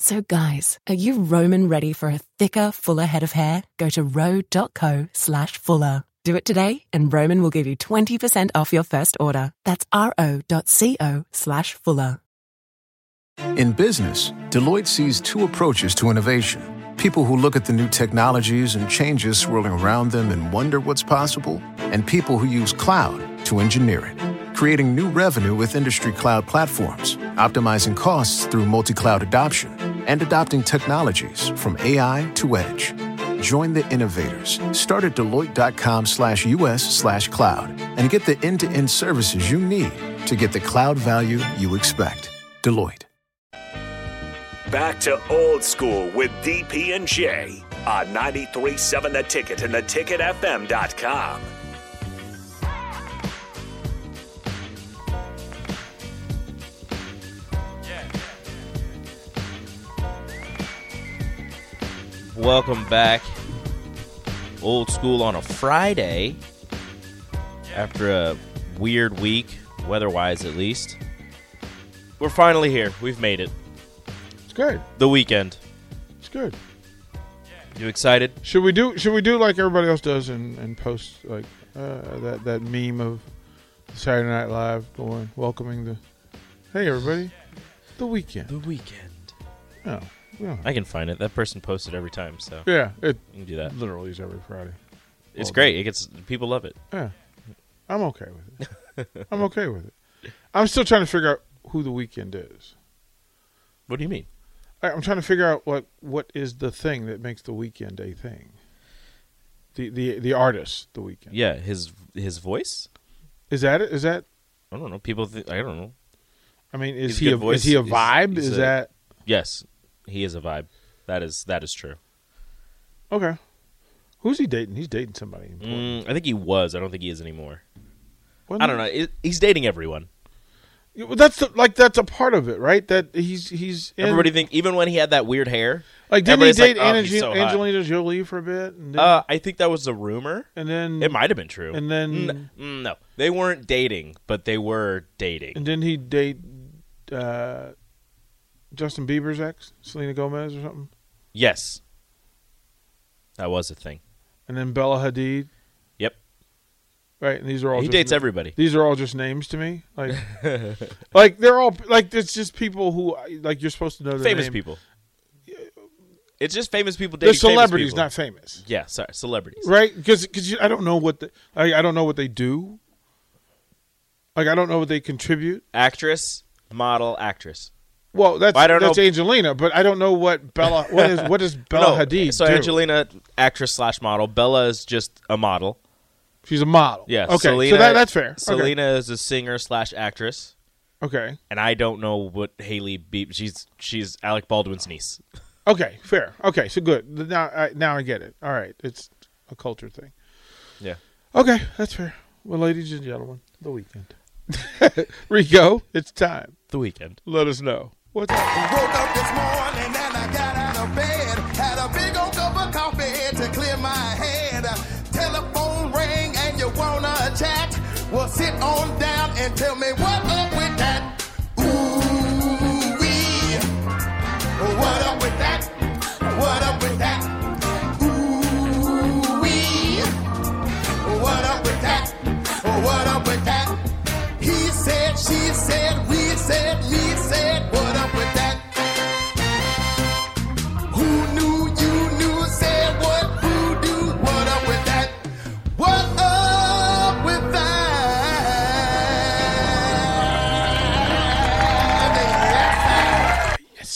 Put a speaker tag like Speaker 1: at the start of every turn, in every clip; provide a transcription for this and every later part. Speaker 1: So guys, are you Roman ready for a thicker, fuller head of hair? Go to ro.co slash fuller. Do it today and Roman will give you 20% off your first order. That's ro.co slash fuller.
Speaker 2: In business, Deloitte sees two approaches to innovation people who look at the new technologies and changes swirling around them and wonder what's possible, and people who use cloud to engineer it, creating new revenue with industry cloud platforms, optimizing costs through multi cloud adoption, and adopting technologies from AI to edge. Join the innovators. Start at Deloitte.com slash US slash cloud and get the end to end services you need to get the cloud value you expect. Deloitte.
Speaker 3: Back to old school with DP and J on 937 the ticket and the ticketfm.com.
Speaker 4: Welcome back. Old school on a Friday after a weird week, weather wise at least. We're finally here. We've made it.
Speaker 5: It's good.
Speaker 4: The weekend.
Speaker 5: It's good.
Speaker 4: You excited?
Speaker 5: Should we do? Should we do like everybody else does and, and post like uh, that that meme of Saturday Night Live going welcoming the hey everybody the weekend.
Speaker 4: weekend.
Speaker 5: No, we don't have-
Speaker 4: I can find it. That person posts it every time, so you
Speaker 5: yeah, it
Speaker 4: can do that.
Speaker 5: literally is every Friday.
Speaker 4: It's great. It gets people love it.
Speaker 5: Yeah, I'm okay with it. I'm okay with it. I'm still trying to figure out who the weekend is.
Speaker 4: What do you mean?
Speaker 5: I- I'm trying to figure out what what is the thing that makes the weekend a thing. The the the artist the weekend
Speaker 4: Yeah, his his voice.
Speaker 5: is that it? Is that
Speaker 4: I don't know. People. Th- I don't know.
Speaker 5: I mean is
Speaker 4: He's a
Speaker 5: he
Speaker 4: good
Speaker 5: a,
Speaker 4: voice.
Speaker 5: is he a
Speaker 4: He's-
Speaker 5: vibe?
Speaker 4: he's
Speaker 5: is
Speaker 4: a-
Speaker 5: that
Speaker 4: Yes, he is a vibe. That is that is true.
Speaker 5: Okay. Who's he dating? He's dating somebody. important.
Speaker 4: Mm, I think he was. I don't think he is anymore.
Speaker 5: Wasn't
Speaker 4: I don't know. It, he's dating everyone.
Speaker 5: he? Yeah, well, That's the, like that's a part of it, right? That he's he's in,
Speaker 4: Everybody think even when he had that weird hair.
Speaker 5: like didn't he
Speaker 4: everybody's like,
Speaker 5: date
Speaker 4: "Oh, he's
Speaker 5: Ange-
Speaker 4: so hot."
Speaker 5: Angelina Jolie for a bit, and then,
Speaker 4: Uh, I think that was a rumor.
Speaker 5: and then
Speaker 4: It might have been true.
Speaker 5: Mm. and then
Speaker 4: N- mm, no, they weren't dating, but they were dating.
Speaker 5: and then he date uh, Justin Bieber's ex, Selena Gomez or something,
Speaker 4: Yes, that was a thing.
Speaker 5: and then Bella Hadid,
Speaker 4: Yep,
Speaker 5: right? And these are all
Speaker 4: he
Speaker 5: just
Speaker 4: dates
Speaker 5: na-
Speaker 4: everybody.
Speaker 5: These are all just names to me, like like they're all like it's just people who like you're supposed to know their
Speaker 4: Famous
Speaker 5: name.
Speaker 4: people. It's just famous people dating
Speaker 5: They're
Speaker 4: famous
Speaker 5: celebrities,
Speaker 4: people.
Speaker 5: not famous.
Speaker 4: yeah, sorry, celebrities.
Speaker 5: right? Because I don't know what the, I, I don't know what they do. Like I don't know what they contribute.
Speaker 4: Actress, model, actress.
Speaker 5: Well, that's
Speaker 4: I don't
Speaker 5: that's
Speaker 4: know.
Speaker 5: Angelina, but I don't know what Bella what is what does Bella
Speaker 4: no,
Speaker 5: Hadid
Speaker 4: So
Speaker 5: do?
Speaker 4: Angelina, actress slash model. Bella is just a model.
Speaker 5: She's a model.
Speaker 4: Yeah.
Speaker 5: Okay.
Speaker 4: Selena,
Speaker 5: so that, that's fair. Okay.
Speaker 4: Selena is a singer slash actress,
Speaker 5: Okay.
Speaker 4: and I don't know what Haley Be. She's she's Alec Baldwin's niece.
Speaker 5: Okay. Fair. Okay. So good. Now I, now I get it. All right. It's a culture thing.
Speaker 4: Yeah.
Speaker 5: Okay. That's fair. Well, ladies and gentlemen, the weekend. Rico, it's time.
Speaker 4: The weekend.
Speaker 5: Let us know what's up.
Speaker 6: Woke up this morning and I got out of bed. Had a big old cup of coffee to clear my head. Telephone rang and you wanna chat? Well, sit on down and tell me what up with that. Ooh wee. What up with that? What up with that? Ooh wee. What up with that? What up with that? He said, she said, we said, me said, what up with that? Who knew you knew said what who do? What up with that? What up with that?
Speaker 4: Yes,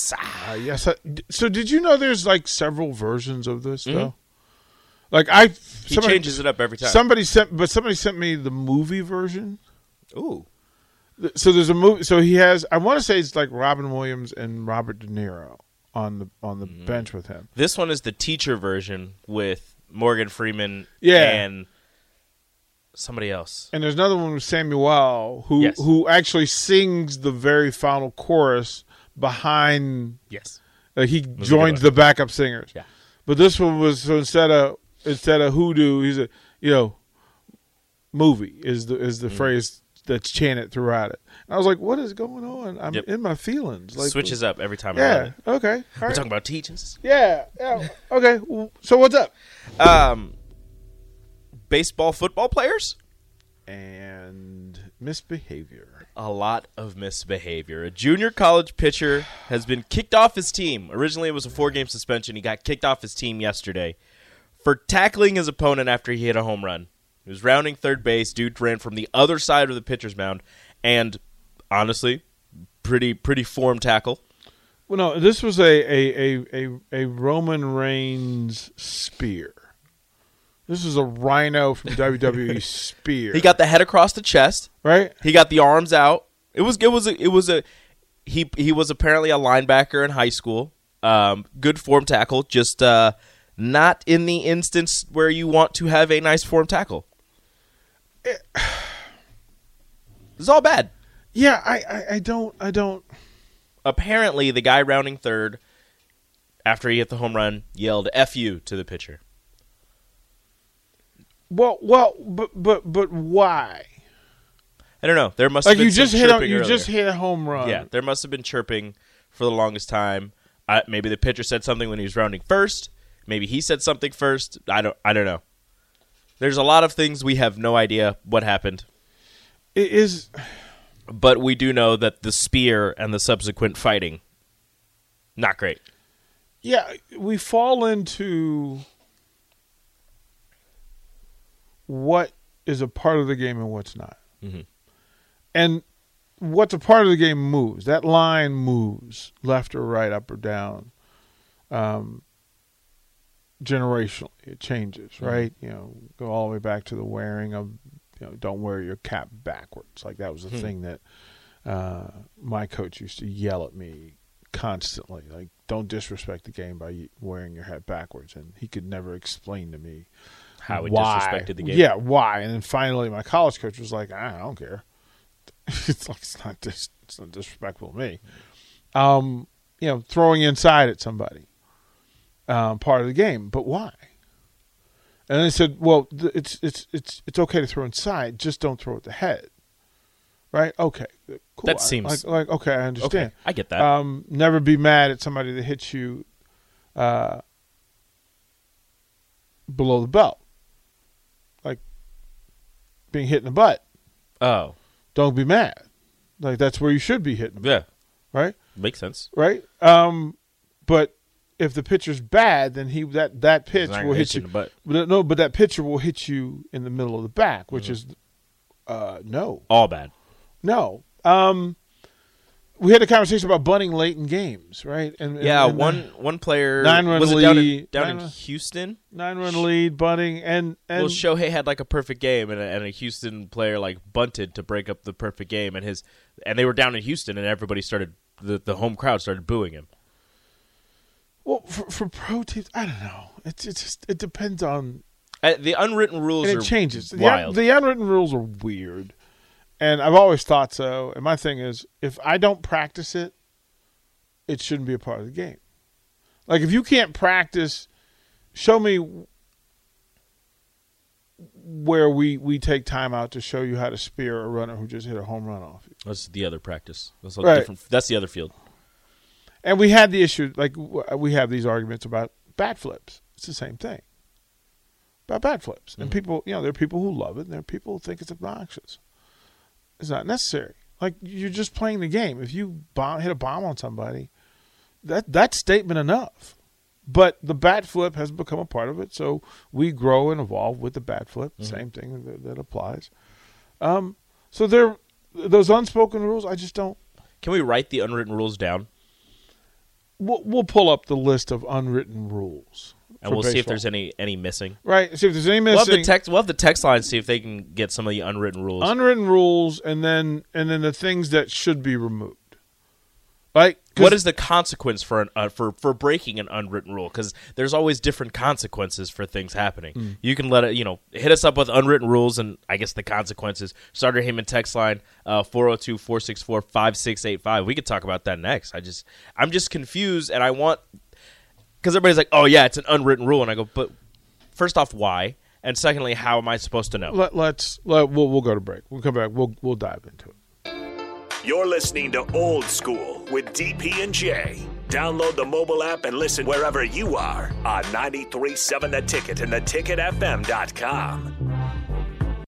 Speaker 4: sir.
Speaker 5: Uh, yes. I, d- so did you know there's like several versions of this though? Like I,
Speaker 4: Mm-hmm. He changes it up every time.
Speaker 5: Somebody sent, but somebody sent me the movie version.
Speaker 4: Ooh,
Speaker 5: Th- So there's a movie. So he has. I want to say it's like Robin Williams and Robert De Niro on the on the
Speaker 4: Mm-hmm.
Speaker 5: bench with him.
Speaker 4: this one is the teacher version with Morgan Freeman.
Speaker 5: Yeah.
Speaker 4: and somebody else.
Speaker 5: And there's another one with Samuel who
Speaker 4: Yes.
Speaker 5: who actually sings the very final chorus behind
Speaker 4: Yes.
Speaker 5: Like Uh, he
Speaker 4: good
Speaker 5: joins
Speaker 4: one.
Speaker 5: the backup singers.
Speaker 4: Yeah.
Speaker 5: But this one was so instead of instead of hoodoo, he's a you know movie is the is the
Speaker 4: Mm.
Speaker 5: phrase that's chanted throughout it. And I was like, what is going on? I'm
Speaker 4: Yep.
Speaker 5: in my feelings. Like
Speaker 4: Switches up every time. I
Speaker 5: Yeah.
Speaker 4: run it.
Speaker 5: Okay. All
Speaker 4: We're
Speaker 5: right.
Speaker 4: talking about teachers.
Speaker 5: Yeah. Yeah. Okay. w- So what's up?
Speaker 4: Um, baseball football players.
Speaker 5: And misbehavior.
Speaker 4: a lot of misbehavior. A junior college pitcher has been kicked off his team. Originally, it was a four game suspension. He got kicked off his team yesterday for tackling his opponent after he hit a home run. He was rounding third base. Dude ran from the other side of the pitcher's mound, and honestly, pretty pretty form tackle.
Speaker 5: Well, no, this was a a a a, a Roman Reigns spear. This is a rhino from WWE spear.
Speaker 4: He got the head across the chest.
Speaker 5: right.
Speaker 4: He got the arms out. It was it was a, it was a he he was apparently a linebacker in high school. Um, good form tackle, just uh, not in the instance where you want to have a nice form tackle. It's all bad.
Speaker 5: Yeah, I, I, I don't I don't
Speaker 4: Apparently, the guy rounding third after he hit the home run yelled "f you" to the pitcher.
Speaker 5: well well but but but why?
Speaker 4: I don't know. There must
Speaker 5: Like
Speaker 4: have been
Speaker 5: you just
Speaker 4: some
Speaker 5: hit a,
Speaker 4: chirping
Speaker 5: you
Speaker 4: earlier.
Speaker 5: just hit a home run.
Speaker 4: Yeah, Um, there must have been chirping for the longest time. I, maybe the pitcher said something when he was rounding first. Maybe he said something first. I don't. I don't know. There's a lot of things we have no idea what happened,
Speaker 5: It is
Speaker 4: but we do know that the spear and the subsequent fighting, not great.
Speaker 5: yeah, we fall into what is a part of the game and what's not.
Speaker 4: Mhm.
Speaker 5: And what's a part of the game moves. That line moves left or right, up or down. Um, generationally, it changes, right? You know, go all the way back to the wearing of, you know, don't wear your cap backwards. Like that was
Speaker 4: Hmm.
Speaker 5: the thing that uh, my coach used to yell at me constantly like don't disrespect the game by y- wearing your hat backwards and he could never explain to me
Speaker 4: How it
Speaker 5: why.
Speaker 4: disrespected the game.
Speaker 5: yeah why and then finally my college coach was like i don't care it's like it's not dis- it's not disrespectful to me um you know throwing inside at somebody um part of the game but why and they said well th- it's it's it's it's okay to throw inside just don't throw at the head right okay cool
Speaker 4: That
Speaker 5: I-
Speaker 4: seems-
Speaker 5: like, like okay i understand
Speaker 4: Okay, I get that.
Speaker 5: um, never be mad at somebody that hits you uh, below the belt, like being hit in the butt.
Speaker 4: oh,
Speaker 5: Don't be mad. Like that's where you should be hitting, them,
Speaker 4: yeah,
Speaker 5: right?
Speaker 4: makes sense.
Speaker 5: Right. Um, but if the pitcher's bad, then he that that pitch
Speaker 4: not
Speaker 5: will
Speaker 4: gonna
Speaker 5: hit
Speaker 4: hit you in the butt.
Speaker 5: But no, but that pitcher will hit you in the middle of the back,
Speaker 4: Mm-hmm.
Speaker 5: which is uh, no,
Speaker 4: All bad.
Speaker 5: no. Um, we had a conversation about bunting late in games, right? And, and-
Speaker 4: Yeah,
Speaker 5: and, uh,
Speaker 4: one one player
Speaker 5: nine-run
Speaker 4: was it down in,
Speaker 5: lead-
Speaker 4: down in
Speaker 5: nine-run-
Speaker 4: Houston.
Speaker 5: nine run lead, bunting, and and
Speaker 4: well, Shohei had like a perfect game, and a, and a Houston player like bunted to break up the perfect game, and his and they were down in Houston, and everybody started the, the home crowd started booing him.
Speaker 5: well for, for pro teams, I don't know. It's it just it depends on
Speaker 4: Uh, the unwritten rules
Speaker 5: and
Speaker 4: are
Speaker 5: it changes. The, un-
Speaker 4: wild.
Speaker 5: the unwritten rules are weird, and I've always thought so. And my thing is, if I don't practice it, it shouldn't be a part of the game. Like if you can't practice, show me where we we take time out to show you how to spear a runner who just hit a home run off you.
Speaker 4: that's the other practice. That's a
Speaker 5: Right.
Speaker 4: different. That's the other field.
Speaker 5: And we had the issue, like w- uh, we have these arguments about bat flips. It's the same thing about bat flips. And people, you know, there are people who love it, and there are people who think it's obnoxious. It's not necessary. Like you're just playing the game. If you bomb, hit a bomb on somebody, that that's statement enough. But the bat flip has become a part of it, so we grow and evolve with the bat flip. Same thing that, that applies. Um, so there, those unspoken rules, I just don't.
Speaker 4: Can we write the unwritten rules down?
Speaker 5: we'll, we'll pull up the list of unwritten rules.
Speaker 4: and
Speaker 5: for
Speaker 4: we'll see if
Speaker 5: baseball.
Speaker 4: there's any any missing.
Speaker 5: right. See if there's any
Speaker 4: We'll have
Speaker 5: missing
Speaker 4: the text. We'll have the text line. See if they can get some of the unwritten rules.
Speaker 5: unwritten rules, and then and then the things that should be removed. Like 'cause-
Speaker 4: what is the consequence for an uh, for for breaking an unwritten rule? Because there's always different consequences for things happening. You can let it, you know, hit us up with unwritten rules and I guess the consequences. Starter Heyman text line uh, 402-464-5685. We could talk about that next. I just I'm just confused and I want because everybody's like, oh yeah, it's an unwritten rule, and I go, but first off, why? And secondly, how am I supposed to know?
Speaker 5: Let, let's let we'll, we'll go to break. We'll come back. We'll we'll dive into it.
Speaker 3: You're listening to Old School with DP and J. Download the mobile app and listen wherever you are on 937 The Ticket and theticketfm.com.